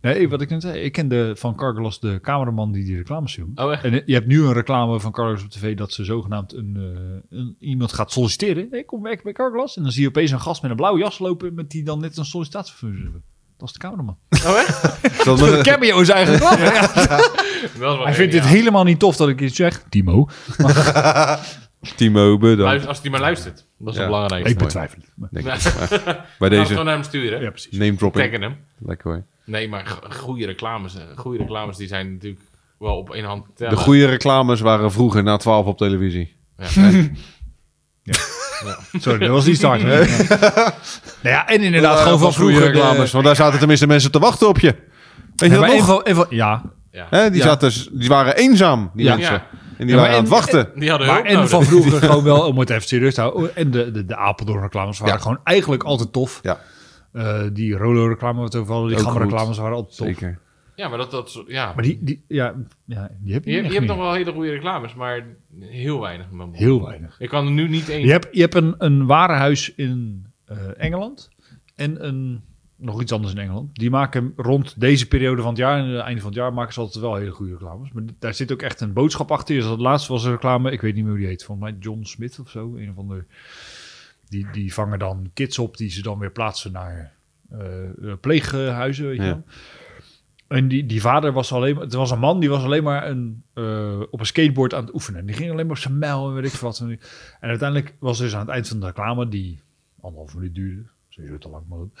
Speaker 1: Nee, wat ik net zei, ik kende van Carglass de cameraman die die reclames filmt.
Speaker 3: Oh, echt?
Speaker 1: En eh, je hebt nu een reclame van Carglass op tv dat ze zogenaamd een, eh, een- iemand gaat solliciteren. Hey, kom werken bij Carglass. En dan zie je opeens een gast met een blauwe jas lopen met die dan net een sollicitatievergunning hebben. Dat is de *laughs* cameraman.
Speaker 2: Is *laughs* dat
Speaker 1: De
Speaker 2: een-
Speaker 1: cameo is *laughs* eigenlijk wel. Hij vindt dit helemaal niet tof dat ik dit zeg. Timo,
Speaker 2: Timo, bedankt.
Speaker 3: Als hij maar luistert. Dat is
Speaker 2: Ja.
Speaker 3: het belangrijkste.
Speaker 1: ik betwijfel het. Maar-
Speaker 2: Denk
Speaker 3: Ja.
Speaker 2: ik. Maar Bij
Speaker 3: Laat het gewoon
Speaker 2: deze
Speaker 3: naar hem sturen.
Speaker 1: Ja, precies.
Speaker 2: name dropping.
Speaker 3: Taggen hem.
Speaker 2: Lekker hoor.
Speaker 3: Nee, maar go- goede reclames. eh, Goede reclames die zijn natuurlijk wel op één hand te tellen.
Speaker 2: De goede reclames waren vroeger na 12 op televisie.
Speaker 1: *laughs* Sorry, dat was iets te hard. hè? Ja. Nou ja, en inderdaad gewoon van vroeger.
Speaker 2: Eh, Goede reclames.
Speaker 1: de-
Speaker 2: Want daar zaten tenminste mensen te wachten op je. Weet je
Speaker 1: Ja, maar
Speaker 2: dat nog?
Speaker 1: in ieder geval- in ieder geval- ja,
Speaker 3: Ja.
Speaker 2: Hè, die,
Speaker 1: Ja.
Speaker 2: zaten, die waren eenzaam, die
Speaker 1: *laughs* Ja.
Speaker 2: mensen.
Speaker 3: Ja.
Speaker 2: In En die
Speaker 1: Ja, maar
Speaker 2: waren aan het
Speaker 1: en-
Speaker 2: wachten.
Speaker 3: Die hadden
Speaker 1: Maar
Speaker 3: hulp
Speaker 1: en
Speaker 3: nodig.
Speaker 1: van vroeger
Speaker 3: *laughs*
Speaker 1: gewoon wel, om het even serieus te houden. Oh, En de, de, de Apeldoorn-reclames waren
Speaker 2: Ja.
Speaker 1: gewoon eigenlijk altijd tof.
Speaker 2: Ja.
Speaker 1: Eh, die Rolo-reclame, wat overal, die
Speaker 2: Ook
Speaker 1: Gamma-reclames waren altijd tof.
Speaker 2: Zeker.
Speaker 3: Ja, maar dat... dat ja.
Speaker 1: Maar die, die, ja, ja, die heb je,
Speaker 3: Je,
Speaker 1: niet
Speaker 3: hebt- je
Speaker 1: echt
Speaker 3: hebt nog
Speaker 1: meer.
Speaker 3: wel hele goede reclames, maar heel weinig. in mijn mond.
Speaker 1: Heel weinig.
Speaker 3: Ik kan er nu niet één...
Speaker 1: Je hebt, je hebt een, een warenhuis in eh, Engeland en een, nog iets anders in Engeland. Die maken rond deze periode van het jaar en het einde van het jaar maken ze altijd wel hele goede reclames. Maar daar zit ook echt een boodschap achter. Dus dat laatste was een reclame, ik weet niet meer hoe die heet, volgens mij John Smith of zo. Een van de, die, die vangen dan kids op die ze dan weer plaatsen naar eh, eh, pleeghuizen, weet je
Speaker 2: Ja.
Speaker 1: wel. En die, die vader was alleen maar... Het was een man, die was alleen maar een, eh, op een skateboard aan het oefenen. En die ging alleen maar op zijn mijl en weet ik veel wat. En die- en uiteindelijk was dus aan het eind van de reclame, die anderhalf minuut duurde, sowieso te lang, maar goed.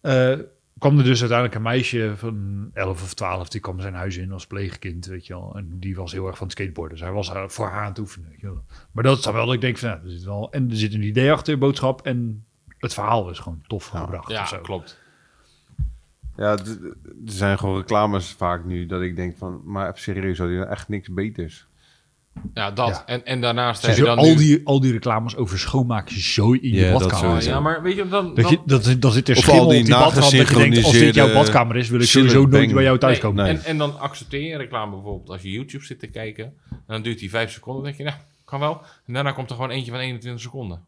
Speaker 1: eh, kwam er dus uiteindelijk een meisje van 11 of 12, die kwam zijn huis in als pleegkind, weet je wel. En die was heel erg van het skateboarden, dus hij was haar- voor haar aan het oefenen. Weet je wel. Maar dat is dan wel dat ik denk van, nou, er zit wel, en er zit een idee achter, een boodschap, en het verhaal is gewoon tof gebracht.
Speaker 3: Ja,
Speaker 1: of zo.
Speaker 3: klopt.
Speaker 2: Ja, d- d- er zijn gewoon reclames vaak nu dat ik denk van, maar even serieus, hadden jullie echt niks beters?
Speaker 3: Ja, dat.
Speaker 1: Ja.
Speaker 3: En, en daarnaast heb
Speaker 1: Dus
Speaker 3: je dan
Speaker 1: al,
Speaker 3: nu-
Speaker 1: die, al die reclames over schoonmaak is zo in
Speaker 2: Ja,
Speaker 1: je
Speaker 2: dat
Speaker 1: badkamer.
Speaker 2: sowieso.
Speaker 3: Ja, maar weet je, dan...
Speaker 1: Dat,
Speaker 3: dan
Speaker 1: je, dat, dat zit er
Speaker 2: Of
Speaker 1: schimmel
Speaker 2: al
Speaker 1: op
Speaker 2: die
Speaker 1: die badkant. Dat je denkt, als dit jouw
Speaker 2: nagesynchroniseerde
Speaker 1: badkamer is, wil ik
Speaker 2: chiller
Speaker 1: sowieso nooit
Speaker 2: bang.
Speaker 1: bij jou thuis
Speaker 3: nee,
Speaker 1: komen.
Speaker 2: Nee.
Speaker 3: En, en dan accepteer je een reclame bijvoorbeeld als je YouTube zit te kijken. En dan duurt die vijf seconden. Dan denk je, nou, kan wel. En daarna komt er gewoon eentje van 21 seconden.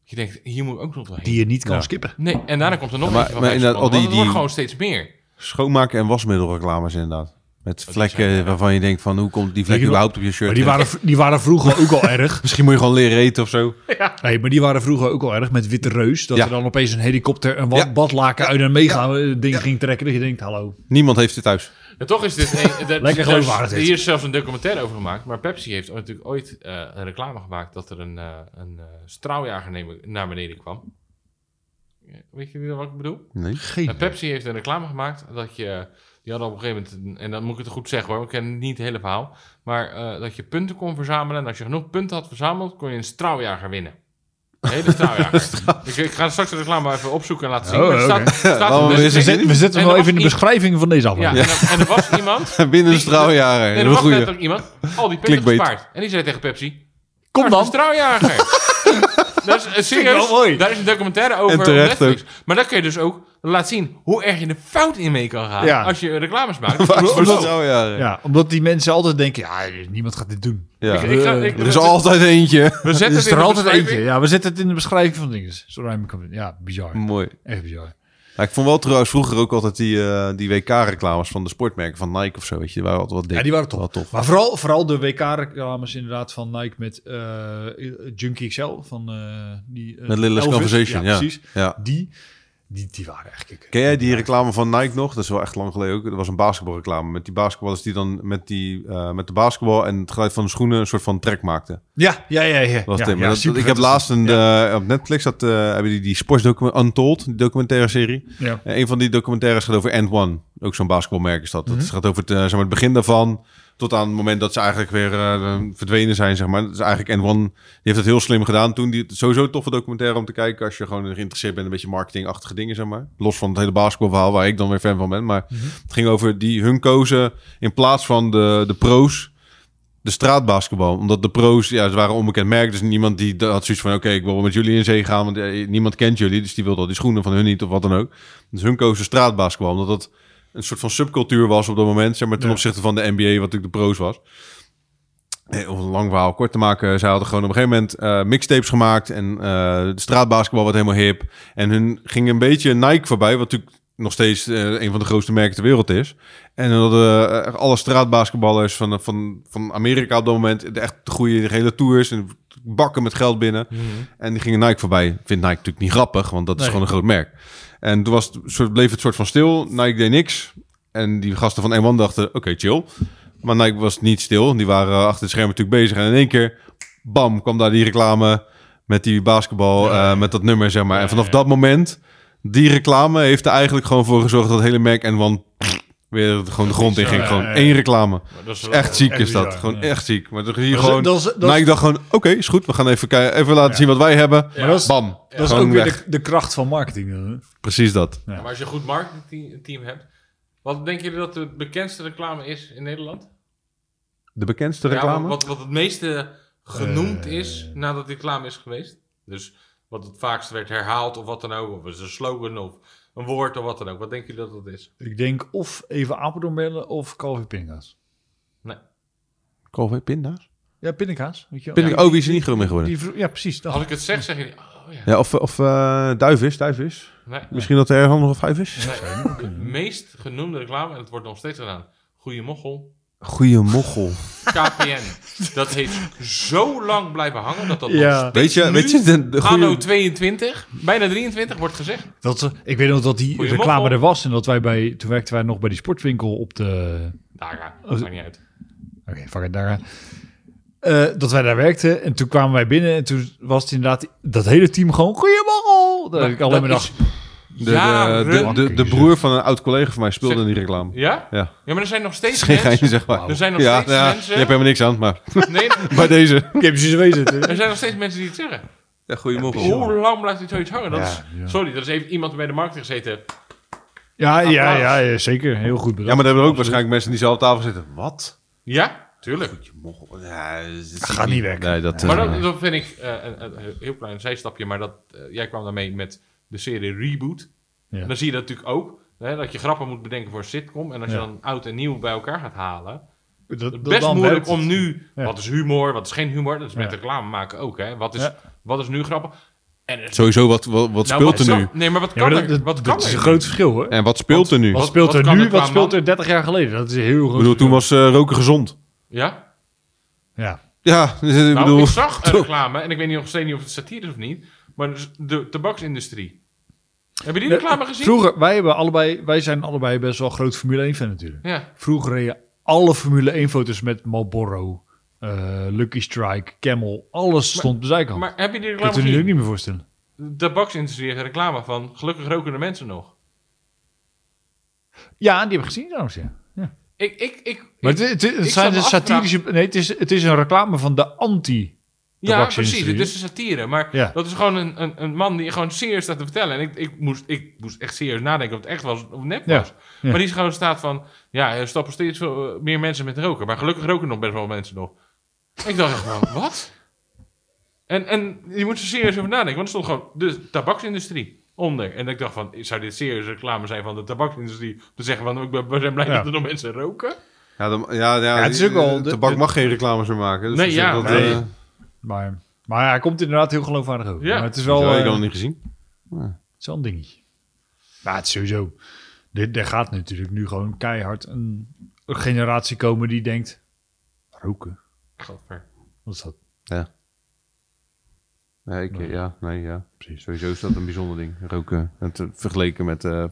Speaker 3: Dat je denkt, hier moet ik ook nog doorheen.
Speaker 1: Die je niet kan
Speaker 2: Ja.
Speaker 1: skippen.
Speaker 3: Nee, en daarna komt er nog
Speaker 2: Ja, maar-
Speaker 3: eentje van
Speaker 2: maar
Speaker 3: vijf
Speaker 2: inderdaad, al
Speaker 3: seconden.
Speaker 2: die-
Speaker 3: Want het
Speaker 2: die-
Speaker 3: wordt gewoon steeds meer.
Speaker 2: Schoonmaken en wasmiddelreclames inderdaad. Met vlekken
Speaker 3: zijn-
Speaker 2: waarvan je denkt van, hoe komt die vlek
Speaker 1: Weet je
Speaker 2: überhaupt op je shirt?
Speaker 1: Maar die
Speaker 2: terecht?
Speaker 1: waren, die waren vroeger ook al erg.
Speaker 2: Misschien moet je gewoon leren eten of zo.
Speaker 1: *laughs* Nee, maar die waren vroeger ook al erg met Witte Reus. Dat
Speaker 2: Ja.
Speaker 1: er dan opeens een helikopter, een wat,
Speaker 2: Ja.
Speaker 1: badlaken uit een mega eh, ding ging trekken. Dat je denkt, hallo.
Speaker 2: Niemand heeft dit thuis.
Speaker 3: En toch is
Speaker 1: *laughs*
Speaker 3: dit... eh, dat-
Speaker 1: Lekker geloofwaardig dit.
Speaker 3: Hier is zelfs een documentaire over gemaakt. Maar Pepsi heeft natuurlijk ooit eh, een reclame gemaakt... dat er een, eh, een eh, straaljager nemen- naar beneden kwam. Ja, Weet je wat ik bedoel?
Speaker 2: Nee.
Speaker 1: Geen.
Speaker 3: En Pepsi heeft een reclame gemaakt dat je... Die hadden op een gegeven moment, en dan moet ik het goed zeggen hoor, ik ken niet het hele verhaal. Maar eh, dat je punten kon verzamelen. En als je genoeg punten had verzameld, kon je een straaljager winnen. Een hele straaljager. ik, ik ga straks de reclame even opzoeken en laten zien.
Speaker 1: Oh,
Speaker 3: maar het staat,
Speaker 1: oké.
Speaker 3: staat
Speaker 2: Laten we
Speaker 3: op
Speaker 2: weer eens
Speaker 1: We
Speaker 3: Netflix.
Speaker 1: zetten, we zetten hem
Speaker 3: En
Speaker 1: wel
Speaker 3: er
Speaker 1: even in de
Speaker 3: was
Speaker 1: beschrijving van deze
Speaker 3: i- Ja,
Speaker 1: aflevering.
Speaker 3: en er- en er was
Speaker 2: *laughs*
Speaker 3: iemand.
Speaker 2: Binnen de
Speaker 3: Die-
Speaker 2: straaljaren.
Speaker 3: En
Speaker 2: Een
Speaker 3: er was
Speaker 2: goeie.
Speaker 3: letterlijk iemand. Al die punten
Speaker 2: Clickbait.
Speaker 3: gespaard. En die zei tegen Pepsi:
Speaker 1: Kom
Speaker 3: "Daar is
Speaker 1: dan.
Speaker 3: Een straaljager. dat is eh, serieus.
Speaker 1: wel mooi.
Speaker 3: Daar is een documentaire over.
Speaker 2: En
Speaker 3: op
Speaker 2: terecht
Speaker 3: Netflix. Maar dan kun je dus ook laten zien hoe erg je de fout in mee kan gaan.
Speaker 1: Ja.
Speaker 3: Als je reclames maakt.
Speaker 2: Waar nou? is
Speaker 3: Geloof-
Speaker 2: voor straaljaren?
Speaker 1: Ja, omdat die mensen altijd denken, ja, niemand gaat dit doen.
Speaker 2: Ja.
Speaker 3: Ik- ik ga- ik-
Speaker 2: Er is altijd eentje. *laughs*
Speaker 3: We
Speaker 1: Er
Speaker 3: zetten
Speaker 1: is
Speaker 3: het in
Speaker 1: er
Speaker 3: de
Speaker 1: altijd eentje.
Speaker 3: beschrijving.
Speaker 1: Ja, we zetten het in de beschrijving van dingen. Zo ruim ik hem- Ja, bizar.
Speaker 2: Mooi.
Speaker 1: Echt bizar.
Speaker 2: Ja, ik vond wel trouwens vroeger ook altijd die, eh, die WK-reclames van de sportmerken van Nike of zo. Weet je, die waren altijd wat dik.
Speaker 1: Ja, die waren tof.
Speaker 2: Wel tof.
Speaker 1: Maar vooral, vooral de WK-reclames inderdaad van Nike met eh Junkie XL. Van, eh, die, eh,
Speaker 2: Met Little Less
Speaker 1: Elvis.
Speaker 2: Conversation, ja.
Speaker 1: precies.
Speaker 2: Ja.
Speaker 1: Die, die, die waren echt kicken.
Speaker 2: Ken jij die reclame van Nike nog? Dat is wel echt lang geleden ook. Dat was een basketbalreclame. Met die basketballers die dan met, die, eh, met de basketbal en het geluid van de schoenen een soort van trek maakten.
Speaker 1: Ja, ja, ja. ja.
Speaker 2: Dat was
Speaker 1: ja,
Speaker 2: het.
Speaker 1: ja,
Speaker 2: Maar dat-
Speaker 1: super
Speaker 2: ik heb
Speaker 1: vet.
Speaker 2: laatst een, eh, op Netflix dat, eh, hebben die, die sportsdocument Untold, die documentaire serie.
Speaker 1: Ja.
Speaker 2: En een van die documentaires gaat over And One. Ook zo'n basketbalmerk is dat. Het gaat over het, eh, zeg maar, het begin daarvan. Tot aan het moment dat ze eigenlijk weer eh, verdwenen zijn, zeg maar. Dat is eigenlijk And One. Die heeft het heel slim gedaan toen. Die, sowieso een toffe documentaire om te kijken. Als je gewoon geïnteresseerd bent in een beetje marketingachtige dingen, zeg maar. Los van het hele basketbalverhaal, waar ik dan weer fan van ben. Maar het ging over die hun kozen in plaats van de, de pro's. De straatbasketbal. Omdat de pro's, ja, ze waren een onbekend merk. Dus niemand die had zoiets van, oké, ik wil wel met jullie in zee gaan. Want eh, niemand kent jullie. Dus die wilde al die schoenen van hun niet of wat dan ook. Dus hun kozen straatbasketbal, omdat dat een soort van subcultuur was op dat moment, zeg maar ten
Speaker 1: Ja.
Speaker 2: opzichte van de NBA, wat natuurlijk de pro's was. Eh, Om een lang verhaal kort te maken, zij hadden gewoon op een gegeven moment eh, mixtapes gemaakt en eh, de straatbasketbal werd helemaal hip. En hun ging een beetje Nike voorbij, wat natuurlijk nog steeds eh, een van de grootste merken ter wereld is. En dan hadden eh, alle straatbasketballers van, eh, van, van Amerika op dat moment de echt goede de hele tours en bakken met geld binnen.
Speaker 3: Mhm.
Speaker 2: En die gingen Nike voorbij. Vindt Nike natuurlijk niet grappig, want dat is
Speaker 1: Nee.
Speaker 2: gewoon een groot merk. En toen was het, soort, bleef het soort van stil. Nike deed niks. En die gasten van N1 dachten, oké, chill. Maar Nike was niet stil. Die waren eh, achter het scherm natuurlijk bezig. En in één keer, bam, kwam daar die reclame met die basketbal, eh, met dat nummer, zeg maar. En vanaf dat moment, die reclame heeft er eigenlijk gewoon voor gezorgd... dat het hele merk N1 weer gewoon de grond in ging.
Speaker 1: Ja,
Speaker 2: Gewoon
Speaker 1: ja, ja.
Speaker 2: één reclame.
Speaker 3: Maar dat is wel-
Speaker 2: Echt ziek
Speaker 1: echt
Speaker 2: is dat.
Speaker 1: bizar,
Speaker 2: Gewoon
Speaker 1: ja.
Speaker 2: echt ziek. Maar dan zie je
Speaker 1: Dat is-
Speaker 2: gewoon...
Speaker 1: dat is- dat is-
Speaker 2: Nike dacht gewoon, oké, is goed. We gaan even, kei- even laten
Speaker 1: Ja.
Speaker 2: zien wat wij hebben.
Speaker 1: Maar dat is,
Speaker 2: Bam.
Speaker 1: dat is
Speaker 2: Gewoon
Speaker 1: ook weer
Speaker 2: weg.
Speaker 1: de, de kracht van marketing. hè.
Speaker 2: Precies dat.
Speaker 3: Ja, Maar als je een goed marketingteam hebt. Wat denken jullie dat de bekendste reclame is in Nederland?
Speaker 2: de bekendste
Speaker 3: Ja,
Speaker 2: reclame.
Speaker 3: wat, wat het meeste genoemd is nadat die reclame is geweest. Dus wat het vaakst werd herhaald of wat dan ook. Of is een slogan of een woord of wat dan ook. Wat denk je dat dat is?
Speaker 1: Ik denk of even Apeldoorn bellen of Calvin Pindakaas.
Speaker 2: Koolwijn pinda's?
Speaker 1: Ja, pindakaas. Weet je wel.
Speaker 2: Pinda-
Speaker 1: Ja,
Speaker 2: oh, wie is er niet groen mee geworden?
Speaker 1: die vro- ja, precies. Dat.
Speaker 3: Als ik het zeg, zeg je niet. Oh ja.
Speaker 2: Ja, of of eh, duivis, duivis.
Speaker 3: Nee.
Speaker 2: Misschien dat er ergens nog vijf is.
Speaker 3: nee. De meest genoemde reclame, en het wordt nog steeds gedaan. Goeie mochel.
Speaker 2: Goeie mochel.
Speaker 3: KPN. dat heeft zo lang blijven hangen dat dat nog
Speaker 1: Ja.
Speaker 3: steeds
Speaker 2: Weet je,
Speaker 3: nu,
Speaker 2: weet je de, de goeie...
Speaker 3: Anno 22, bijna 23 wordt gezegd.
Speaker 1: Dat, ze- ik weet nog dat die
Speaker 3: Goeie
Speaker 1: reclame
Speaker 3: moffel.
Speaker 1: er was en dat wij bij, toen werkten wij nog bij die sportwinkel op de...
Speaker 3: Daar Nou ja, dat maakt niet uit.
Speaker 1: Oké, fuck it, daar. eh, dat wij daar werkten en toen kwamen wij binnen en toen was het inderdaad dat hele team gewoon goeiemorgen. Dat
Speaker 3: Maar
Speaker 1: ik alleen maar
Speaker 3: dat
Speaker 1: dacht,
Speaker 2: de, de, de, de, de broer van een oud collega van mij speelde
Speaker 3: Zeg-
Speaker 2: in die reclame.
Speaker 3: Ja?
Speaker 2: Ja.
Speaker 3: Ja, maar er zijn nog
Speaker 2: Dat
Speaker 3: steeds
Speaker 2: is geen geintje,
Speaker 3: mensen...
Speaker 2: zeg maar.
Speaker 3: Er zijn nog
Speaker 2: ja,
Speaker 3: steeds
Speaker 2: ja,
Speaker 3: mensen-
Speaker 2: Je hebt helemaal niks
Speaker 1: *laughs*
Speaker 2: aan, maar
Speaker 3: Nee,
Speaker 2: bij deze.
Speaker 1: ik heb precies wezen.
Speaker 3: er zijn nog steeds mensen die het zeggen.
Speaker 2: Ja, goeie mochel.
Speaker 3: Hoe lang blijft dit zoiets hangen? Dat
Speaker 1: Ja,
Speaker 3: is,
Speaker 1: ja.
Speaker 3: Sorry, er is even iemand bij de markt gezeten.
Speaker 1: Ja, ja, ja, ja, zeker. Heel goed
Speaker 2: Ja,
Speaker 1: bedacht.
Speaker 2: maar daar hebben ook waarschijnlijk mensen die zo op tafel zitten. Wat?
Speaker 3: Ja, tuurlijk.
Speaker 2: Mochel. Ja,
Speaker 1: Gaat niet werken.
Speaker 2: Nee, dat...
Speaker 3: Maar
Speaker 2: eh,
Speaker 3: dat, dat vind ik eh, een, een heel klein zijstapje. Maar dat, eh, jij kwam daarmee met de serie Reboot.
Speaker 1: Ja.
Speaker 3: Dan zie je dat natuurlijk ook. Hè, dat je grappen moet bedenken voor een sitcom. En als
Speaker 1: Ja.
Speaker 3: je dan oud en nieuw bij elkaar gaat halen.
Speaker 1: Dat-
Speaker 3: Het
Speaker 1: dat
Speaker 3: is best
Speaker 1: dan
Speaker 3: moeilijk
Speaker 1: werkt het.
Speaker 3: om nu...
Speaker 1: Ja.
Speaker 3: Wat is humor, wat is geen humor? Dat is met
Speaker 1: Ja.
Speaker 3: reclame maken ook. Hè. Wat, is,
Speaker 1: Ja.
Speaker 3: wat is nu grappig? En er-
Speaker 2: Sowieso, wat, wat, wat
Speaker 3: nou,
Speaker 2: speelt er
Speaker 3: wat kan-
Speaker 2: nu?
Speaker 3: Nee, maar wat
Speaker 1: Ja, maar
Speaker 3: kan
Speaker 1: dat,
Speaker 3: er?
Speaker 1: dat-
Speaker 3: Wat kan
Speaker 1: dat is een
Speaker 3: er?
Speaker 1: groot verschil hoor.
Speaker 2: En wat speelt er nu?
Speaker 1: Wat
Speaker 2: Ik
Speaker 3: Wat-
Speaker 1: speelt
Speaker 3: wat
Speaker 1: er
Speaker 3: kan
Speaker 1: nu,
Speaker 3: er qua
Speaker 1: wat speelt
Speaker 3: man?
Speaker 1: er 30 jaar geleden? Dat is een heel groot.
Speaker 2: bedoel, toen was eh, roken gezond.
Speaker 3: Ja?
Speaker 1: Ja. *laughs*
Speaker 2: Ja, dus, ik
Speaker 3: Nou,
Speaker 2: bedoel...
Speaker 3: ik zag een
Speaker 2: toch.
Speaker 3: reclame, en ik weet niet nog steeds niet of het satire is of niet, maar dus de tabaksindustrie. Hebben jullie die reclame
Speaker 1: eh,
Speaker 3: gezien?
Speaker 1: Vroeger, wij, hebben allebei, wij zijn allebei best wel groot Formule 1 fan natuurlijk.
Speaker 3: Ja,
Speaker 1: Vroeger reden alle Formule 1 foto's met Marlboro, eh, Lucky Strike, Camel. Alles stond bij zijkant.
Speaker 3: maar hebben jullie die
Speaker 1: ik kan het
Speaker 3: reclame
Speaker 1: nu ook
Speaker 3: gezien?
Speaker 1: niet meer voorstellen.
Speaker 3: De tabaksindustrie heeft een reclame van gelukkig roken de mensen nog.
Speaker 1: Ja, die heb ik gezien trouwens, ja. ja.
Speaker 3: Ik, ik, ik,
Speaker 1: Maar
Speaker 3: ik-
Speaker 1: het, het, het
Speaker 3: ik
Speaker 1: zijn
Speaker 3: zat me af te
Speaker 1: satirische... Nee, het is, het is een reclame van de anti...
Speaker 3: ja, precies,
Speaker 1: tabaksindustrie.
Speaker 3: het is een satire, maar
Speaker 1: Ja.
Speaker 3: dat is gewoon een, een, een man die gewoon serieus staat te vertellen. En ik, ik, moest, ik moest echt serieus nadenken of het echt was of nep
Speaker 1: Ja,
Speaker 3: was.
Speaker 1: ja.
Speaker 3: Maar die is gewoon staat van, ja, er stappen steeds veel, eh, meer mensen met roken, maar gelukkig roken nog best wel mensen nog. Ik dacht echt van, wat? En, en je moet er serieus over nadenken. Want er stond gewoon de tabaksindustrie onder. En ik dacht van, zou dit serieus reclame zijn van de tabaksindustrie? Om te zeggen van, ik ben, we zijn blij
Speaker 1: Ja.
Speaker 3: dat er nog mensen roken.
Speaker 2: Ja, dan, ja, ja, eh,
Speaker 1: Ja, het is ook wel-
Speaker 2: de tabak
Speaker 1: de-
Speaker 2: mag geen reclames meer maken. Dus
Speaker 3: Nee,
Speaker 2: op
Speaker 3: ja,
Speaker 2: zich
Speaker 1: nee.
Speaker 2: eh,
Speaker 1: Maar, maar hij komt inderdaad heel geloofwaardig over.
Speaker 3: Ja.
Speaker 1: Maar het is
Speaker 2: zo
Speaker 1: wel,
Speaker 2: heb ik
Speaker 1: eh,
Speaker 2: al niet gezien.
Speaker 1: het is wel een dingetje. Maar het is sowieso... Dit, er gaat natuurlijk nu gewoon keihard een, een generatie komen die denkt... Roken?
Speaker 3: Gadver.
Speaker 1: Wat is dat?
Speaker 2: Nee, ik,
Speaker 1: Nee.
Speaker 2: ja, nee, ja.
Speaker 1: Precies.
Speaker 2: Sowieso is dat een bijzonder ding. Roken. Het, eh, vergeleken met eh,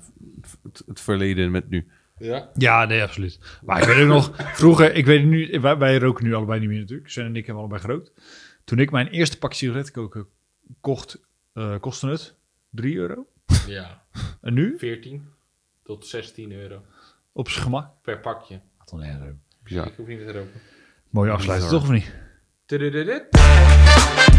Speaker 2: het, het verleden en met nu.
Speaker 3: Ja.
Speaker 1: Ja, nee, absoluut. Maar ik weet ook nog, vroeger, ik weet het nu, wij, wij roken nu allebei niet meer natuurlijk. Sven en ik hebben allebei gerookt. Toen ik mijn eerste pak sigarettenkoken kocht, eh, kostte het 3 euro.
Speaker 3: ja,
Speaker 1: En nu,
Speaker 3: 14 tot 16 euro
Speaker 1: op zijn gemak,
Speaker 3: per pakje.
Speaker 1: gaat al een euro.
Speaker 2: Bizar.
Speaker 3: Ik hoef niet te roken.
Speaker 1: Mooie afsluiting,
Speaker 2: Bizar.
Speaker 1: toch of niet?
Speaker 3: Tudududut.